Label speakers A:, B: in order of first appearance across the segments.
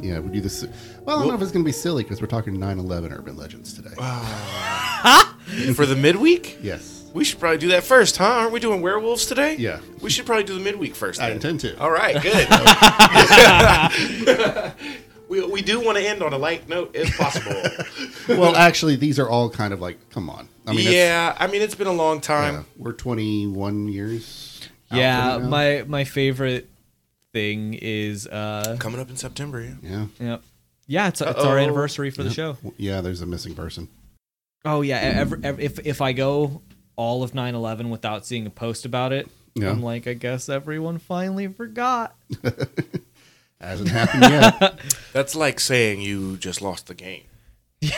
A: yeah, we do this. Well, I don't know if it's going to be silly because we're talking 9/11 urban legends today.
B: for the midweek.
A: yes,
B: We should probably do that first, huh? Aren't we doing werewolves today?
A: Yeah.
B: We should probably do the midweek first.
A: I
B: then.
A: intend to.
B: All right, good. we, we do want to end on a light note if possible.
A: well, actually, these are all kind of like, come on. I mean, it's-
B: yeah, I mean, it's been a long
A: yeah,
B: time.
A: we're 21 years. out
C: yeah,
A: from now.
C: my my favorite thing is uh
B: Coming up in September, yeah.
A: yeah,
C: yeah, yeah it's, it's our
B: Uh-oh.
C: anniversary for the show.
A: yeah. There's a missing person.
C: Oh yeah, every, every, if if I go all of 9/11 without seeing a post about it,
A: Yeah.
C: I'm like, I guess everyone finally forgot.
A: Hasn't happened yet.
B: That's like saying you just lost the game. is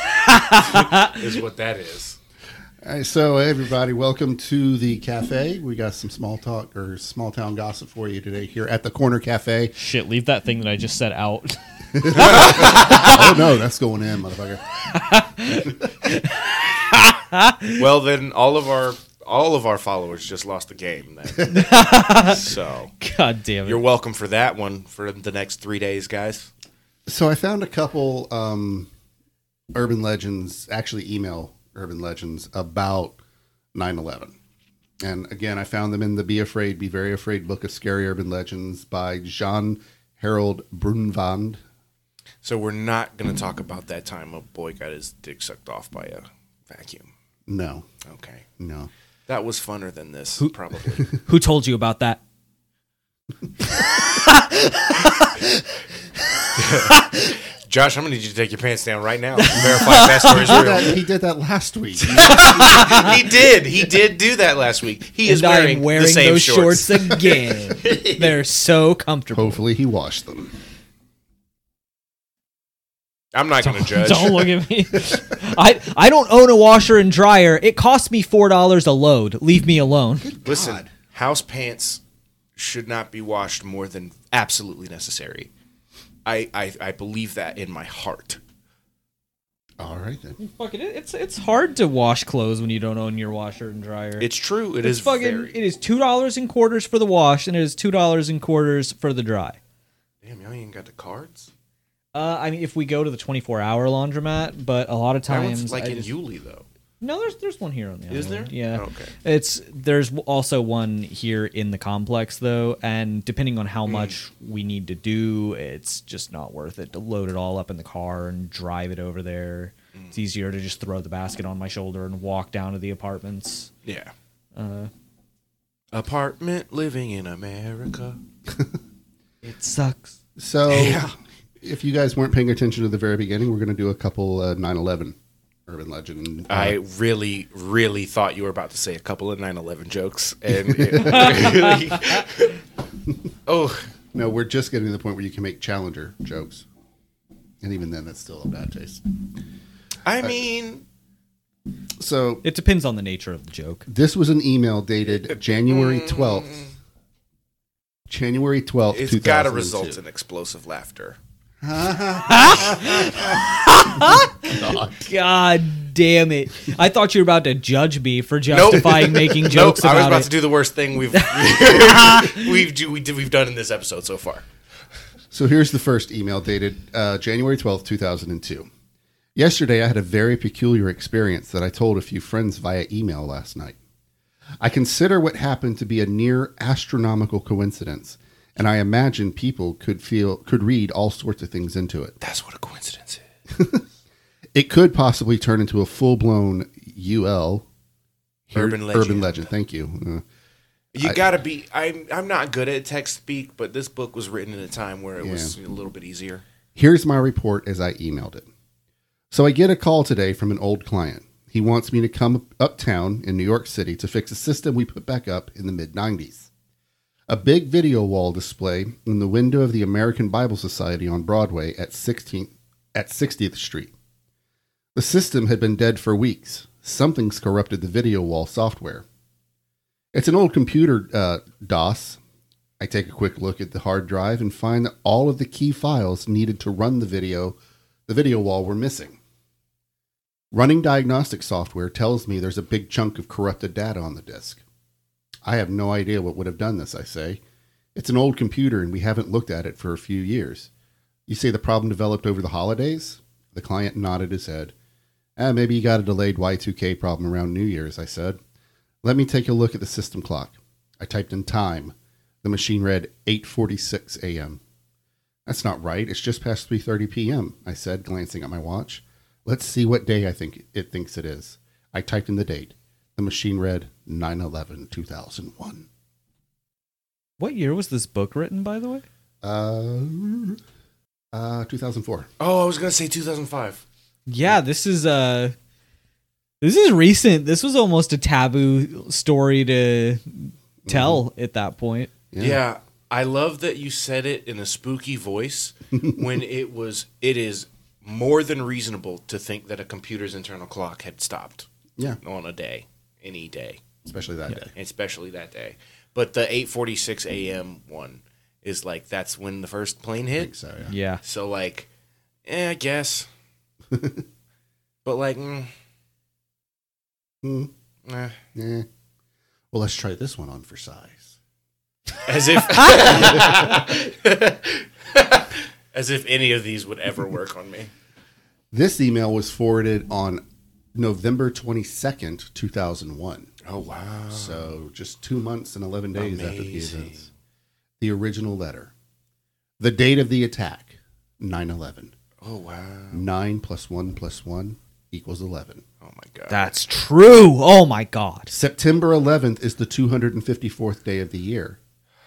B: what that is.
A: All right, so everybody, welcome to the cafe. We got some small talk or small town gossip for you today here at the Corner Cafe.
C: Shit, leave that thing that I just said out.
A: oh no, that's going in, motherfucker.
B: Well, then all of our all of our followers just lost the game. Then. so
C: God damn it.
B: you're welcome for that one for the next three days, guys.
A: So I found a couple um, urban legends, actually email urban legends about 9/11. And again, I found them in the Be Afraid, Be Very Afraid book of scary urban legends by Jean Harold Brunvand.
B: So we're not going to talk about that time a boy got his dick sucked off by a vacuum.
A: No,
B: Okay.
A: no.
B: That was funner than this, probably.
C: Who told you about that?
B: Josh, I'm going to need you to take your pants down right now. to Verify if that story's
A: He did that- he did
B: real.
A: that last week.
B: he did. He did do that last week. He is
C: and I
B: wearing,
C: am wearing
B: the same
C: those
B: shorts.
C: shorts, again. They're so comfortable.
A: Hopefully, he washed them.
B: I'm not going to judge.
C: Don't look at me. I I don't own a washer and dryer. It costs me four dollars a load. Leave me alone.
B: Listen,
A: God.
B: house pants should not be washed more than absolutely necessary. I, I, I believe that in my heart.
A: All right then.
C: Fuck it. It's it's hard to wash clothes when you don't own your washer and dryer.
B: It's true. It
C: it's
B: is
C: fucking.
B: very.
C: It is two dollars in quarters for the wash, and it is two dollars in quarters for the dry.
B: Damn, y'all ain't got the cards?
C: Uh, I mean, if we go to the twenty-four hour laundromat, but a lot of
B: That
C: times,
B: one's like
C: I
B: in
C: just-
B: Yulee, though.
C: no, there's there's one here on the
B: Is there?
C: island.
B: Oh,
C: Yeah.
B: Okay.
C: It's there's also one here in the complex though, and depending on how
B: Mm.
C: much we need to do, it's just not worth it to load it all up in the car and drive it over there.
B: Mm.
C: It's easier to just throw the basket on my shoulder and walk down to the apartments.
B: Yeah. Uh, Apartment living in America.
C: It sucks.
A: So, if you guys weren't paying attention to the very beginning, we're going to do a couple uh, 9/11 urban legend. uh,
B: I really, really thought you were about to say a couple of 9 11 jokes. And it really- oh,
A: No, we're just getting to the point where you can make challenger jokes. And even then, that's still a bad taste.
B: I mean,
A: So,
C: It depends on the nature of the joke.
A: this was an email dated January 12th. January 12th.
B: it's got
A: 2002.
B: to result in explosive laughter.
C: God damn it! I thought you were about to judge me for
B: Nope.
C: justifying making jokes
B: nope, I was
C: about
B: about
C: it.
B: to do the worst thing we've we've do, we did, we've done in this episode so far.
A: So here's the first email dated uh, January 12th, 2002. Yesterday, I had a very peculiar experience that I told a few friends via email last night. I consider what happened to be a near astronomical coincidence, and I imagine people could feel could read all sorts of things into it.
B: That's what a coincidence is.
A: It could possibly turn into a full blown UL
B: Urban legend.
A: Urban legend. Thank you. Uh,
B: You got to be. I'm I'm not good at text speak, but this book was written in a time where it was a little bit easier.
A: Here's my report as I emailed it. So I get a call today from an old client. He wants me to come uptown in New York City to fix a system we put back up in the mid 90s. A big video wall display in the window of the American Bible Society on Broadway at 16th at 60th Street. The system had been dead for weeks. Something's corrupted the video wall software. It's an old computer uh, DOS I take a quick look at the hard drive and find that all of the key files needed to run the video, the video wall were missing. Running diagnostic software tells me there's a big chunk of corrupted data on the disk. I have no idea what would have done this, I say. It's an old computer and we haven't looked at it for a few years. You say the problem developed over the holidays? The client nodded his head. Ah, maybe you got a delayed Y2K problem around New Year's, I said. Let me take a look at the system clock. I typed in time. The machine read 8:46 a.m. That's not right. It's just past 3:30 p.m., I said, glancing at my watch. Let's see what day I think it thinks it is. I typed in the date. The machine read 9/11/2001.
C: What year was this book written, by the way?
A: Uh, uh 2004.
B: Oh, I was gonna say 2005.
C: Yeah, this is uh this is recent. This was almost a taboo story to tell
B: Mm-hmm.
C: at that point.
B: Yeah. I love that you said it in a spooky voice when it was. It is more than reasonable to think that a computer's internal clock had stopped
A: Yeah,
B: on a day, any day,
A: especially that day.
B: especially that day. But the 8:46 a.m. one is like that's when the first plane hit.
A: So yeah.
C: Yeah.
B: So like, eh, I guess. but like, mm,
A: Hmm,
B: eh.
A: eh. Well, let's try this one on for size.
B: as if as if any of these would ever work on me.
A: This email was forwarded on November 22nd, 2001.
B: Oh wow.
A: So just two months and 11 days after the
B: Amazing.
A: events. The original letter. The date of the attack 9 11.
B: Oh wow.
A: 9 plus 1 plus 1 equals 11.
B: Oh my god.
C: That's true. Oh my god.
A: September 11th is the 254th day of the year.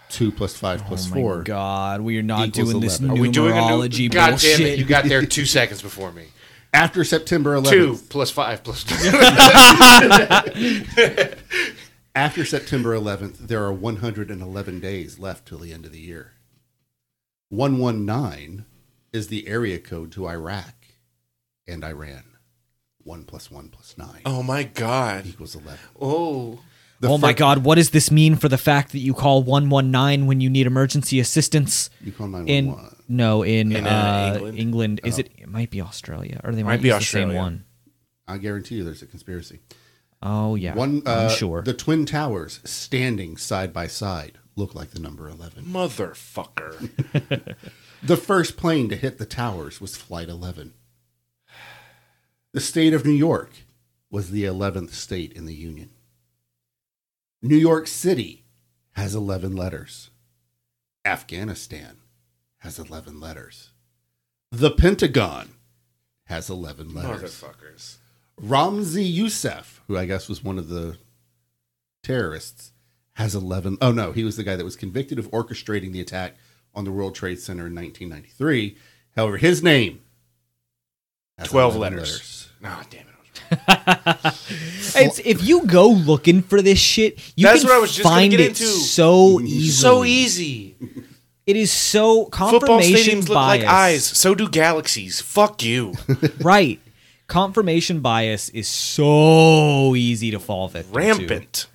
A: 2 plus 5 plus
C: Oh my
A: 4.
C: god, we are not
A: Equals
C: doing this
A: 11.
B: Are we doing a new?
C: numerology
B: God
C: bullshit.
B: damn it! You got there two seconds before me.
A: After September 11th.
B: Two plus five plus.
A: After September 11th, there are 111 days left till the end of the year. 119 is the area code to Iraq and Iran. 1 plus 1 plus 9
B: oh my god.
A: equals 11.
B: Oh.
A: The
C: oh my
A: fir-
C: god, what does this mean for the fact that you call 119 when you need emergency assistance
A: You call
C: in
A: 911.
C: no, in,
B: In, uh,
C: uh,
B: England? Oh.
C: England. Is it it might be Australia or they might,
B: Might be
C: use the same
B: Australia.
C: one.
A: I guarantee you there's a conspiracy.
C: Oh yeah.
A: One, uh,
C: I'm sure.
A: The Twin Towers standing side by side look like the number 11.
B: Motherfucker.
A: The first plane to hit the towers was Flight 11. The state of New York was the 11th state in the Union. New York City has 11 letters. Afghanistan has 11 letters. The Pentagon has 11 letters.
B: Motherfuckers.
A: Ramzi Youssef, who I guess was one of the terrorists, has 11. Oh, no, he was the guy that was convicted of orchestrating the attack on the World Trade Center in 1993. However, his name has
B: 12
A: 11
B: letters. Ah, damn it. I was wrong.
C: It's, if you go looking for this shit, you
B: That's
C: can
B: what I was just gonna
C: find
B: get
C: it
B: into.
C: so
A: Mm-hmm.
C: easily.
B: So easy.
C: It is so
B: Football
C: confirmation
B: stadiums look
C: bias.
B: like eyes. So do galaxies. Fuck you.
C: Right. Confirmation bias is so easy to fall victim to.
B: Rampant.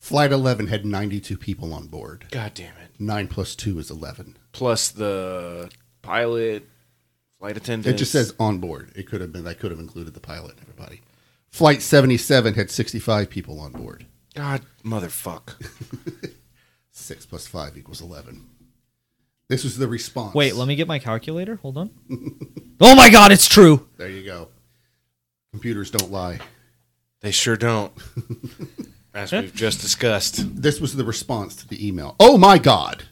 A: Flight 11 had 92 people on board.
B: God damn it.
A: 9 plus 2 is 11.
B: plus the pilot, flight attendant.
A: It just says on board. It could have been, that could have included the pilot and everybody. Flight 77 had 65 people on board.
B: God, motherfuck.
A: 6 plus 5 equals 11. This was the response.
C: Wait, let me get my calculator. Hold on. oh my god, it's true.
A: There you go. Computers don't lie.
B: They sure don't. As we've just discussed,
A: This was the response to the email. Oh my God.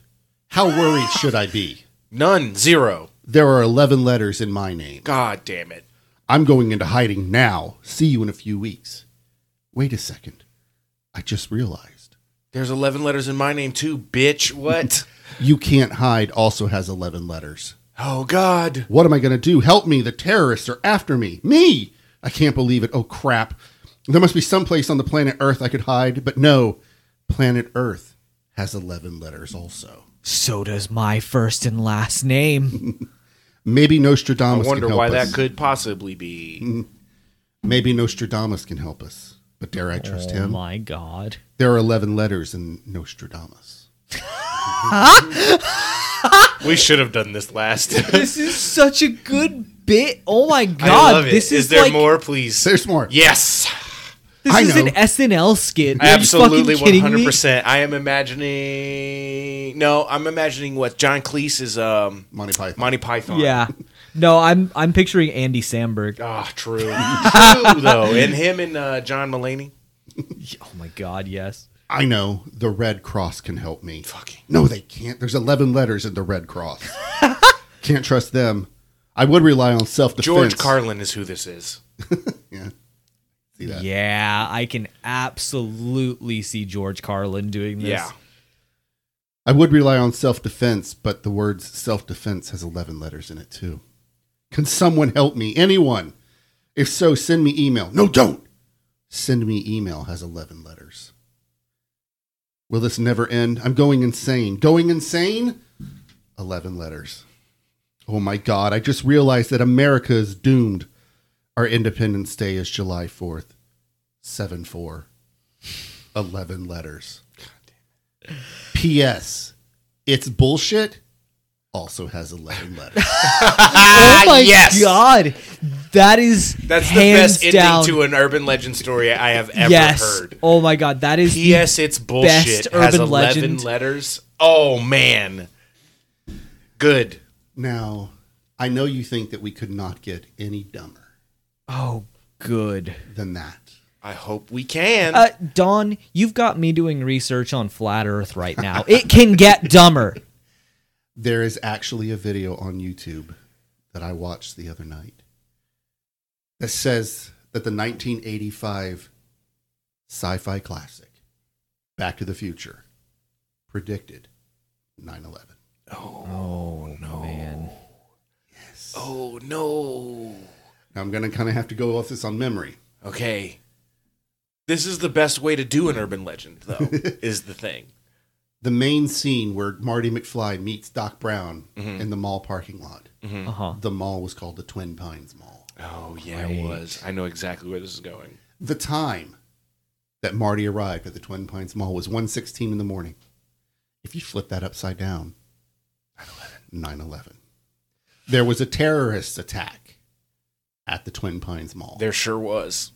A: How worried should I be?
B: none, zero.
A: There are 11 letters in my name.
B: God damn it.
A: I'm going into hiding now. See you in a few weeks. Wait a second. I just realized.
B: There's 11 letters in my name too, bitch. What?
A: You Can't Hide also has 11 letters.
B: oh God.
A: What am I going to do? Help me. The terrorists are after me. Me. I can't believe it. Oh, crap. There must be some place on the planet Earth I could hide, but no. Planet Earth has 11 letters also.
C: So does my first and last name.
A: Maybe
B: I
A: Nostradamus
B: wonder
A: can help
B: why
A: us.
B: that could possibly be.
A: Maybe Nostradamus can help us. But dare I trust
C: oh
A: him?
C: my god.
A: There are 11 letters in Nostradamus.
B: we should have done this last.
C: This is such a good bit. Oh my
B: I
C: god.
B: love it.
C: This is
B: there
C: like
B: more, please?
A: There's more.
B: Yes.
C: This
A: I
C: is
A: know.
C: an SNL skit. Are you
B: Absolutely,
C: fucking kidding me?
B: 100%. I am imagining. No, I'm imagining what John Cleese is. Um,
A: Monty Python.
B: Monty Python.
C: Yeah. No, I'm I'm picturing Andy Samberg.
B: Ah, true. true though, and him and uh, John Mulaney.
C: Oh my god, yes.
A: I know the Red Cross can help me.
B: Fucking.
A: No, they can't. There's 11 letters in the Red Cross. can't trust them. I would rely on self defense.
B: George Carlin is who this is.
A: Yeah. See that?
C: Yeah, I can absolutely see George Carlin doing this. Oh
B: Yeah.
A: I would rely on self defense, but the words self defense has 11 letters in it too. Can someone help me? Anyone? If so, send me email. No, don't. Send me email has 11 letters. Will this never end? I'm going insane. Going insane? 11 letters. Oh my God, I just realized that America is doomed. Our Independence Day is July 4th. 7 4. 11 letters. P.S. It's bullshit. Also has 11 letters.
C: Oh
B: Ah,
C: my
B: yes.
C: god. That is
B: That's
C: hands
B: the best
C: down.
B: ending to an urban legend story I have ever
C: yes.
B: heard.
C: Oh my god, that is the
B: P.S. It's bullshit.
C: best
B: has
C: urban
B: 11
C: legend.
B: letters. Oh, man. Good.
A: Now, I know you think that we could not get any dumber
C: Oh good.
A: than that.
B: I hope we can.
C: Uh, Don, you've got me doing research on flat Earth right now. It can get dumber.
A: There is actually a video on YouTube that I watched the other night that says that the 1985 sci fi classic, Back to the Future, predicted 9 11.
C: Oh no, man.
B: oh, no.
A: Now, I'm going to kind of have to go off this on memory.
B: Okay. This is the best way to do an urban legend, though, is the thing.
A: The main scene where Marty McFly meets Doc Brown in the mall parking lot.
C: Uh
B: Uh-huh.
C: huh.
A: The mall was called the Twin Pines Mall.
B: Oh, yeah, it was. I know exactly where this is going.
A: the time that Marty arrived at the Twin Pines Mall was 1.16 in the morning. If you flip that upside down, 9 11. There was a terrorist attack at the Twin Pines Mall.
B: There sure was.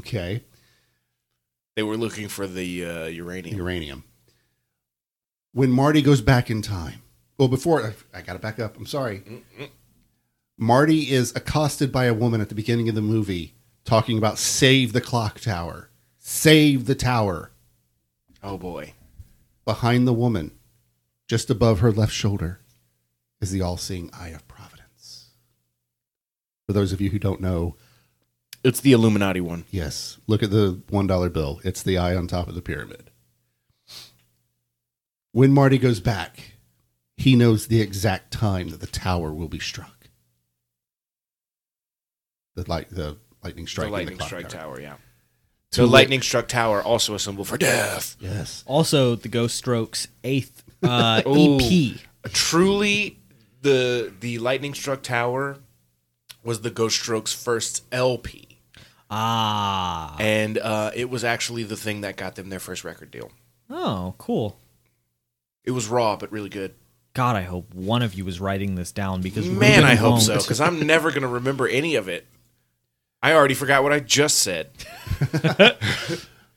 A: Okay.
B: They were looking for the uh, uranium.
A: Uranium. When Marty goes back in time, well, before I, I got to back up. I'm sorry. Marty is accosted by a woman at the beginning of the movie talking about save the clock tower, save the tower.
B: Oh, boy.
A: behind the woman, just above her left shoulder, is the all seeing eye of Providence. For those of you who don't know,
B: It's the Illuminati one.
A: yes, look at the $1 bill. It's the eye on top of the pyramid. When Marty goes back, he knows the exact time that the tower will be struck. The, light, the lightning strike.
B: the
A: and
B: lightning
A: clock
B: strike tower. yeah.
A: To
B: the
A: wit-
B: lightning struck tower, also a symbol for death.
A: Yes.
C: Also, the Ghost Strokes eighth uh,
B: Ooh.
C: EP.
B: Truly, the the lightning struck tower was the Ghost Strokes' first LP,
C: Ah.
B: and uh, it was actually the thing that got them their first record deal.
C: Oh, cool.
B: It was raw, but really good.
C: God, I hope one of you was writing this down because
B: Man,
C: Ruben
B: I hope
C: won't.
B: so, because I'm never gonna remember any of it. I already forgot what I just said.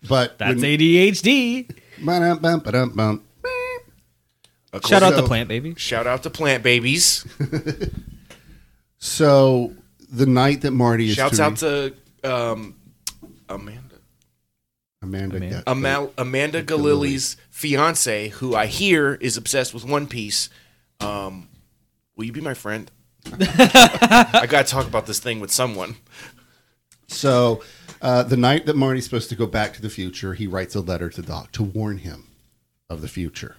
A: But
C: That's ADHD.
A: Bum, bum, bum, bum.
B: Of
C: Shout
B: course-
C: out
A: So-
C: the plant baby.
B: Shout out to Plant Babies.
A: So the night that Marty is
B: Shouts
A: to
B: out to um, Amanda.
A: Amanda,
C: Amanda.
A: Gu-
B: Amal- Amanda Galili's fiance, who I hear is obsessed with One Piece. Um, will you be my friend? I got to talk about this thing with someone.
A: So, uh, the night that Marty's supposed to go back to the future, he writes a letter to Doc to warn him of the future,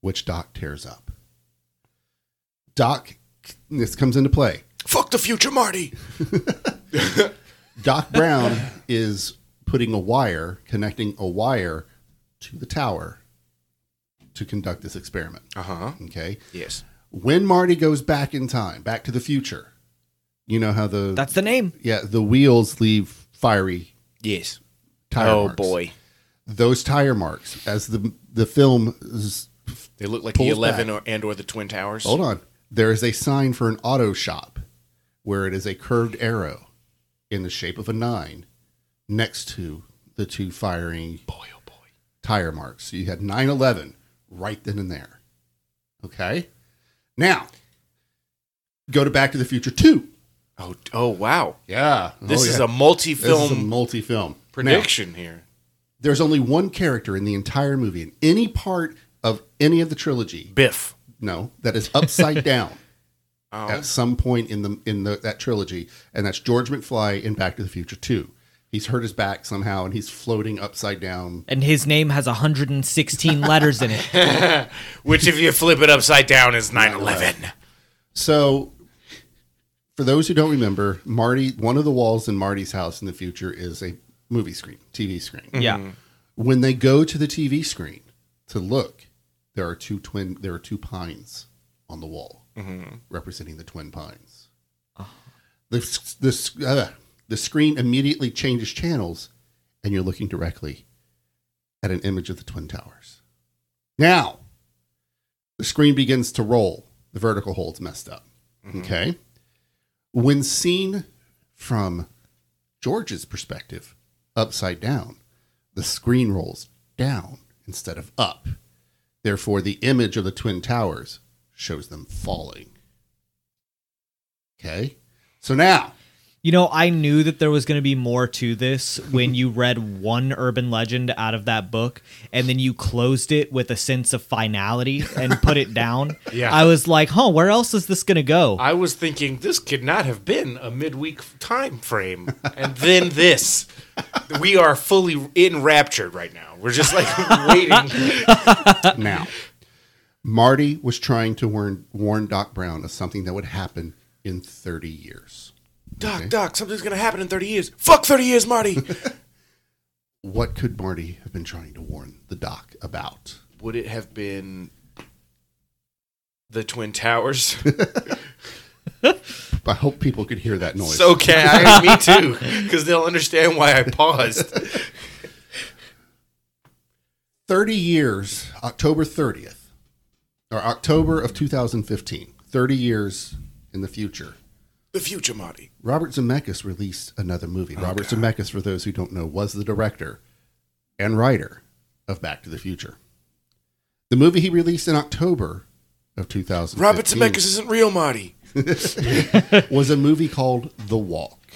A: which Doc tears up. Doc, this comes into play.
B: Fuck the future, Marty.
A: Doc Brown is putting a wire, connecting a wire to the tower to conduct this experiment.
B: Uh huh.
A: Okay.
B: Yes.
A: When Marty goes back in time, back to the future, you know how the
C: That's the name.
A: yeah the wheels leave fiery
B: Yes.
A: tire
B: oh
A: marks.
B: boy,
A: those tire marks as the the film is-
B: they look like
A: Pulls
B: the eleven
A: back. Oh,
B: or, and or the Twin Towers.
A: hold on there is a sign for an auto shop where it is a curved arrow in the shape of a nine next to the two firing boy, oh boy. tire marks. So you had 9 11 right then and there. Okay. Now, go to Back to the Future 2.
B: Oh, oh wow.
A: Yeah.
B: This
A: Oh,
B: is
A: yeah.
B: a multi
A: This is a
B: film
A: multi film
B: prediction here.
A: there's only one character in the entire movie, in any part of any of the trilogy,
B: Biff.
A: no, that is upside down
B: Oh,
A: at some point in the in the, that trilogy, and that's George McFly in Back to the Future Two. He's hurt his back somehow, and he's floating upside down.
C: And his name has 116 letters in it.
B: which, if you flip it upside down, is 9 11.
A: So, for those who don't remember, Marty, one of the walls in Marty's house in the future is a movie screen, TV screen.
B: Hmm.
C: Yeah.
A: When they go to the TV screen to look, there are two twin, there are two pines on the wall
B: Mm-hmm.
A: representing the twin pines. The s- the s- uh, the screen immediately changes channels, and you're looking directly at an image of the twin towers. Now, the screen begins to roll. The vertical hold's messed up. Okay. When seen from George's perspective, upside down, the screen rolls down instead of up. Therefore, the image of the Twin Towers shows them falling. Okay. So now,
C: You know, I knew that there was going to be more to this when you read one urban legend out of that book and then you closed it with a sense of finality and put it down.
B: Yeah.
C: I was like, huh, where else is this going to go?
B: I was thinking this could not have been a midweek time frame, and then this. We are fully enraptured right now. We're just like waiting.
A: now, Marty was trying to warn, warn Doc Brown of something that would happen in 30 years.
B: Doc, Doc, something's gonna happen in thirty years. Fuck thirty years, Marty.
A: What could Marty have been trying to warn the Doc about?
B: Would it have been the Twin Towers?
A: I hope people could hear that noise.
B: so can I? Me too, because they'll understand why I paused.
A: 30 years, October 30th, or October of 2015, 30 years in the future,
B: The future, Marty.
A: Robert Zemeckis released another
B: Oh,
A: movie. Robert Zemeckis, for those who don't know, was the director and writer of Back to the Future. The movie he released in October of 2015
B: Robert Zemeckis isn't real, Marty.
A: was a movie called The Walk.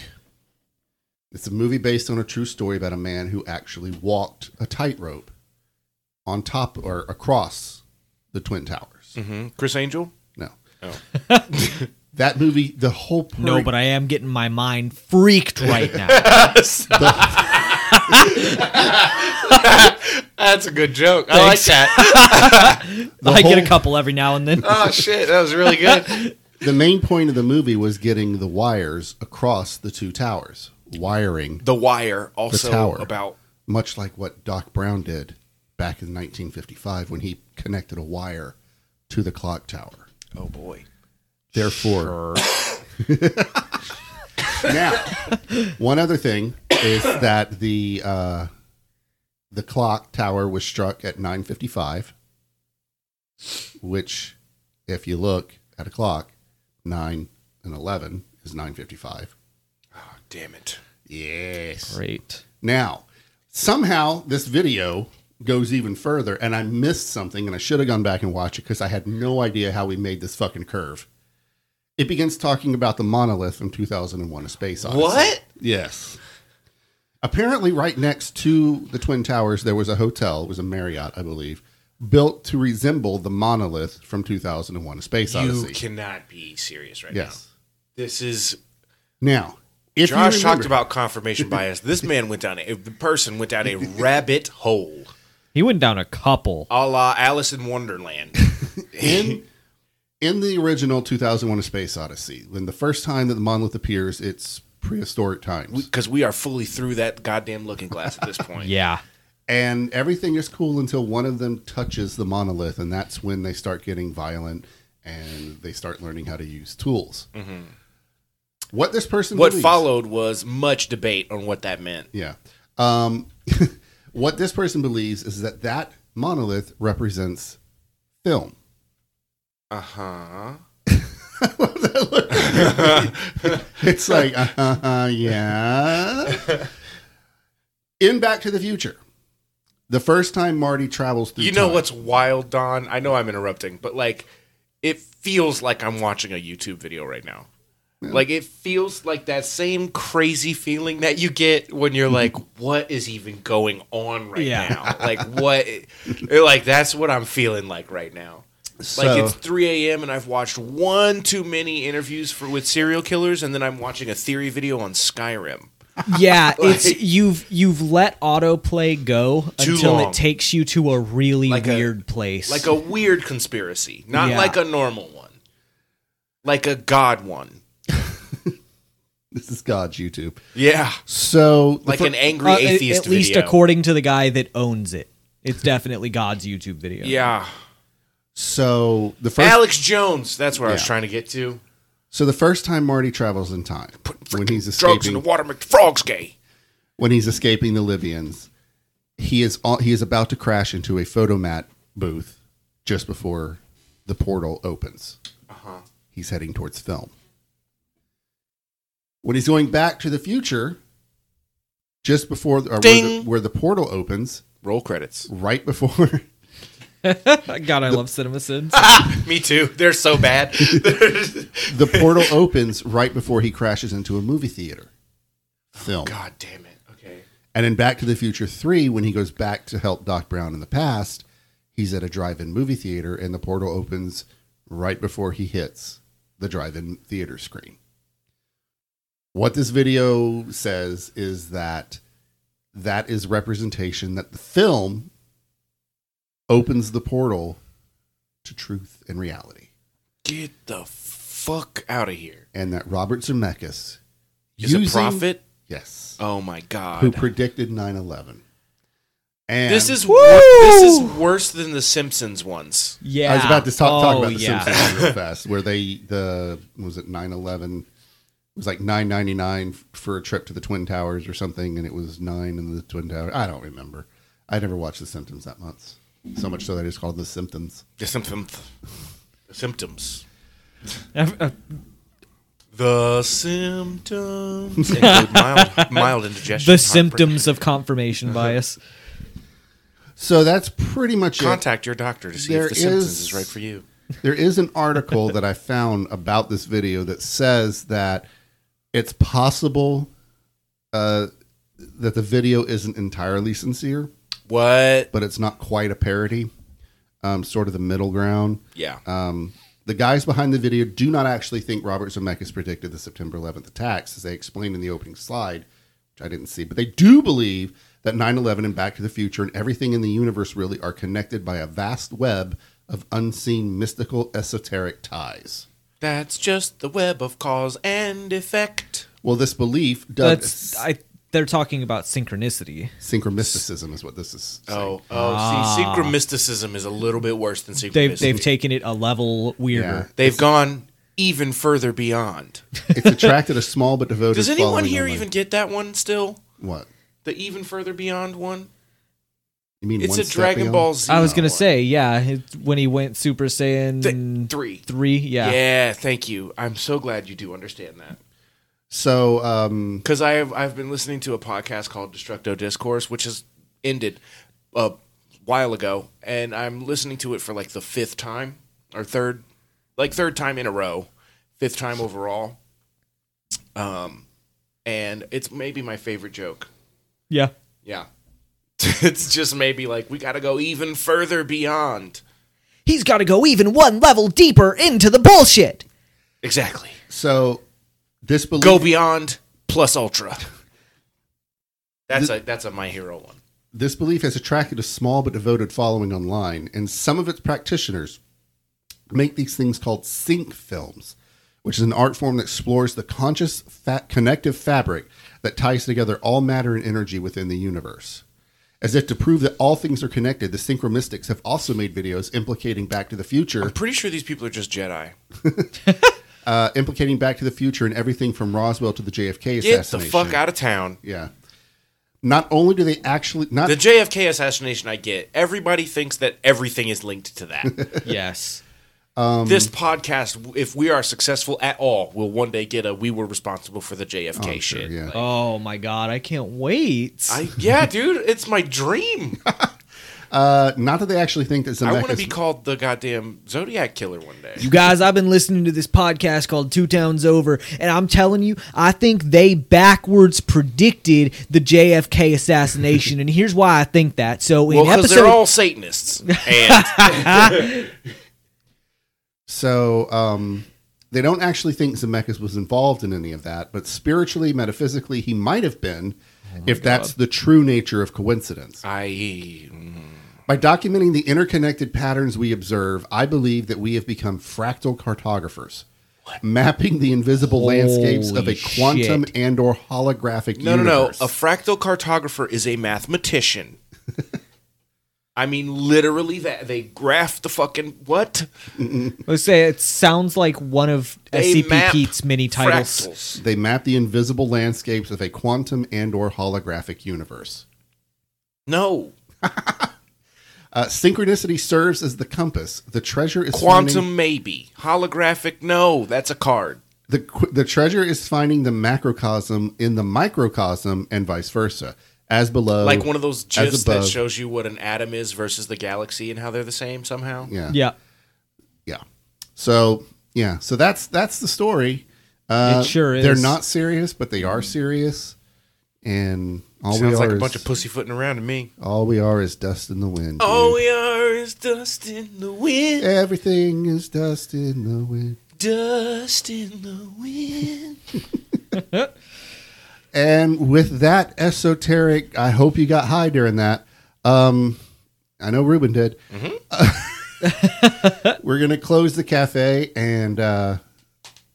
A: It's a movie based on a true story about a man who actually walked a tightrope on top or across the Twin Towers.
B: Mm-hmm. Chris Angel.
A: No.
B: Oh.
A: that movie, the whole pur-
C: no, but I am getting my mind freaked right now.
B: That's a good joke. I like
C: Thanks.
B: that.
C: I get
A: whole-
C: a couple every now and then.
B: oh shit, that was really good.
A: the main point of the movie was getting the wires across the two towers, wiring
B: The Wire, also
A: tower.
B: about
A: much like what Doc Brown did back in 1955 when he connected a wire to the clock tower.
B: oh boy,
A: Therefore, now one other thing is that the uh, the clock tower was struck at 9:55, which, if you look at a clock, nine and 11 is 9:55.
B: oh, damn it.
A: Yes.
C: Great.
A: Now, somehow this video goes even further, and I missed something, and I should have gone back and watched it because I had no idea how we made this fucking curve. It begins talking about the monolith from 2001 A Space Odyssey.
B: What?
A: Yes. Apparently, right next to the Twin Towers, there was a hotel, it was a Marriott, I believe, built to resemble the monolith from 2001 A Space Odyssey.
B: You cannot be serious right now.
A: yes.
B: This is
A: Now, if you
B: Josh talked
A: remember-
B: about confirmation bias. This man went down a the person went down a rabbit hole.
C: He went down a couple.
B: A la Alice in Wonderland.
A: in in the original 2001: A Space Odyssey, when the first time that the monolith appears, it's prehistoric times,
B: Because we are fully through that goddamn looking glass at this point.
C: Yeah.
A: and everything is cool until one of them touches the monolith, and that's when they start getting violent and they start learning how to use tools. What this person
B: Mm-hmm. What
A: believes-
B: followed was much debate on what that meant.
A: Yeah. Um, what this person believes is that that monolith represents film.
B: Uh
A: Uh-huh.
B: huh.
A: uh-huh, it's like, uh, uh, uh, yeah. In Back to the Future, the first time Marty travels through
B: You know
A: time-
B: what's wild, Don? I know I'm interrupting, but like it feels like I'm watching a YouTube video right now. Like it feels like that same crazy feeling that you get when you're like, what is even going on right
C: Yeah.
B: now? Like what like that's what I'm feeling like right now.
A: So-
B: Like it's 3 a.m. and I've watched one too many interviews for with serial killers, and then I'm watching a theory video on Skyrim.
C: Yeah, it's you've you've let autoplay go
B: Too
C: until
B: long.
C: it takes you to a really
B: Like a-
C: weird place. Uh,
B: like a weird conspiracy, not
C: Yeah.
B: like a normal one, like a God one.
A: This is God's YouTube.
B: Yeah,
A: So the
B: like
A: fir-
B: an angry
C: Uh, at-
B: atheist.
C: At least
B: video.
C: according to the guy that owns it, it's definitely God's YouTube video.
B: Yeah,
A: so the first
B: Alex Jones. That's where I was
A: Yeah.
B: trying to get to.
A: so the first time Marty travels in time when he's
B: Drugs in the
A: escaping
B: water make the frogs gay.
A: when he's escaping the Libyans, he is on, he is about to crash into a photomat booth just before the portal opens. He's heading towards film. When he's going back to the future, just before or where, the,
B: Ding.
A: where the portal opens,
B: Roll credits.
A: right before
C: God, I love CinemaSins.
B: Me too. They're so bad.
A: the portal opens, right before he crashes into a movie theater film.
B: Oh, God damn it. Okay.
A: And in Back to the Future 3, when he goes back to help Doc Brown in the past, he's at a drive in movie theater and the portal opens right before he hits the drive in theater screen. What this video says is that that is representation that the film opens the portal to truth and reality.
B: Get the fuck out of here.
A: And that Robert Zemeckis
B: Is a prophet?
A: Yes.
B: Oh my god.
A: who predicted 9 11. And
B: this is wor- this is worse than the Simpsons ones.
C: yeah.
A: I was about to talk, talk
C: Oh,
A: about the
C: yeah.
A: Simpsons real fast, where they the what was it nine eleven it was like nine ninety nine for a trip to the Twin Towers or something, and it was nine in the Twin Towers. I don't remember. I never watched the Symptoms that much, so much so that I just called the Symptoms.
B: The symptoms. The symptoms.
C: Uh,
B: The symptoms include mild, mild indigestion. heartburn.
C: the symptoms of confirmation bias.
A: So that's pretty much it.
B: Contact your doctor to see
A: There
B: if the symptoms
A: is-
B: is right for you.
A: There is an article that I found about this video that says that it's possible uh, that the video isn't entirely sincere,
B: What?
A: but it's not quite a parody. Um, sort of the middle ground.
B: Yeah.
A: Um, the guys behind the video do not actually think Robert Zemeckis predicted the September 11th attacks, as they explained in the opening slide, which I didn't see. But they do believe that 9 11 and Back to the Future and everything in the universe really are connected by a vast web of unseen mystical esoteric ties.
B: That's just the web of cause and effect.
A: Well, this belief does
C: That's I. They're talking about synchronicity.
A: synchromisticism, is what this is. saying.
B: Oh, oh, see, synchromysticism is a little bit worse than synchronicity.
C: Ah. They've
B: They've,
C: they've taken it a level weirder.
B: gone even further beyond.
A: It's attracted a small but devoted.
B: Does anyone
A: following
B: here
A: online-
B: even get that one still?
A: what?
B: The even further beyond one?
A: You mean
B: It's
A: one
B: a
A: step
B: Dragon
A: beyond?
B: Ball Z.
C: I was gonna
B: one.
C: say yeah. it- when he went Super Saiyan
B: Th- three.
C: three,
B: Yeah.
C: yeah.
B: thank you. I'm so glad you do understand that.
A: So, um,
B: Because I have I've been listening to a podcast called Destructo Discourse, which has ended a while ago, and I'm listening to it for like the fifth time or third, like third time in a row, fifth time overall. Um, and it's maybe my favorite joke.
C: yeah.
B: Yeah, it's just maybe like we got to go even further beyond.
C: He's got to go even one level deeper into the bullshit.
B: Exactly.
A: so this belief.
B: Go beyond plus ultra. That's a that's a my hero one.
A: This belief has attracted a small but devoted following online, and some of its practitioners make these things called sync films, which is an art form that explores the conscious fa- connective fabric that ties together all matter and energy within the universe. As if to prove that all things are connected, the synchromistics have also made videos implicating Back to the Future,
B: I'm pretty sure these people are just Jedi.
A: uh, implicating Back to the Future and everything from Roswell to the JFK
B: Get the
A: assassination.
B: fuck out of town.
A: Yeah. Not only do they actually not
B: The JFK assassination, I get. Everybody thinks that everything is linked to that.
C: Yes.
A: Um,
B: this podcast, if we are successful at all, will one day get a "We were responsible for the JFK
A: I'm sure,
B: shit."
A: yeah.
C: Oh my god, I can't wait.
B: I, yeah, dude, it's my dream.
A: Uh, not that they actually think that
B: I want to
A: Zemeckis.
B: be called the goddamn Zodiac killer one day.
C: you guys, I've been listening to this podcast called Two Towns Over, and I'm telling you, I think they backwards predicted the JFK assassination, and here's why I think that. So in
B: Well, because
C: episode
B: they're all Satanists, and
A: so um, they don't actually think Zemeckis was involved in any of that, but spiritually, metaphysically, he might have been,
C: Oh
A: if that's the true nature of coincidence.
B: I
A: By documenting the interconnected patterns we observe, I believe that we have become fractal cartographers, mapping the invisible
C: Holy
A: landscapes of a quantum
C: shit.
A: and or holographic
B: no no no.
A: universe.
B: A fractal cartographer is a mathematician. I mean, literally, that they graph the fucking what?
C: Let's say it sounds like one of
B: They
C: SCP
B: map
C: Pete's many titles.
B: fractals.
A: They map the invisible landscapes of a quantum and or holographic universe.
B: No,
A: Uh, synchronicity serves as the compass. The treasure is finding-
B: quantum maybe holographic. No, that's a card.
A: the qu- the treasure is finding the macrocosm in the microcosm and vice versa. As below,
B: like one of those
A: Oh. as
B: gifs that
A: above.
B: shows you what an atom is versus the galaxy and how they're the same somehow.
A: yeah, yeah,
C: Yeah.
A: So yeah, so that's that's the story. Uh,
C: It sure
A: They're
C: is.
A: not serious, but they are serious, and all we
B: Sounds
A: are
B: like a
A: is
B: bunch of pussyfooting around to me.
A: all we are is dust in the wind.
B: All
A: dude.
B: we are is dust in the wind.
A: everything is dust in the wind.
B: Dust in the wind.
A: And with that esoteric, I hope you got high during that. Um, I know Ruben did. we're going to close the cafe and uh,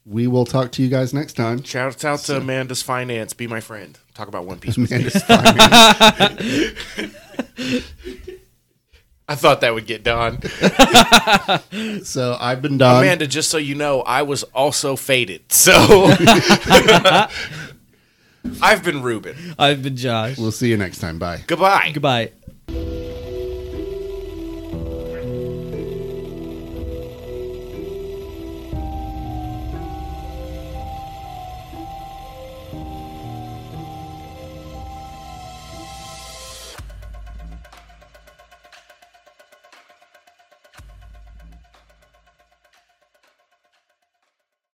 A: we will talk to you guys next time.
B: Shout out to Amanda's Finance. Be my friend. Talk about One Piece.
A: Amanda's fine.
B: I thought that would get done.
A: so I've been Don.
B: Amanda, just so you know, I was also faded. So I've been Ruben.
C: I've been Josh.
A: We'll see you next time. Bye.
B: Goodbye.
C: Goodbye.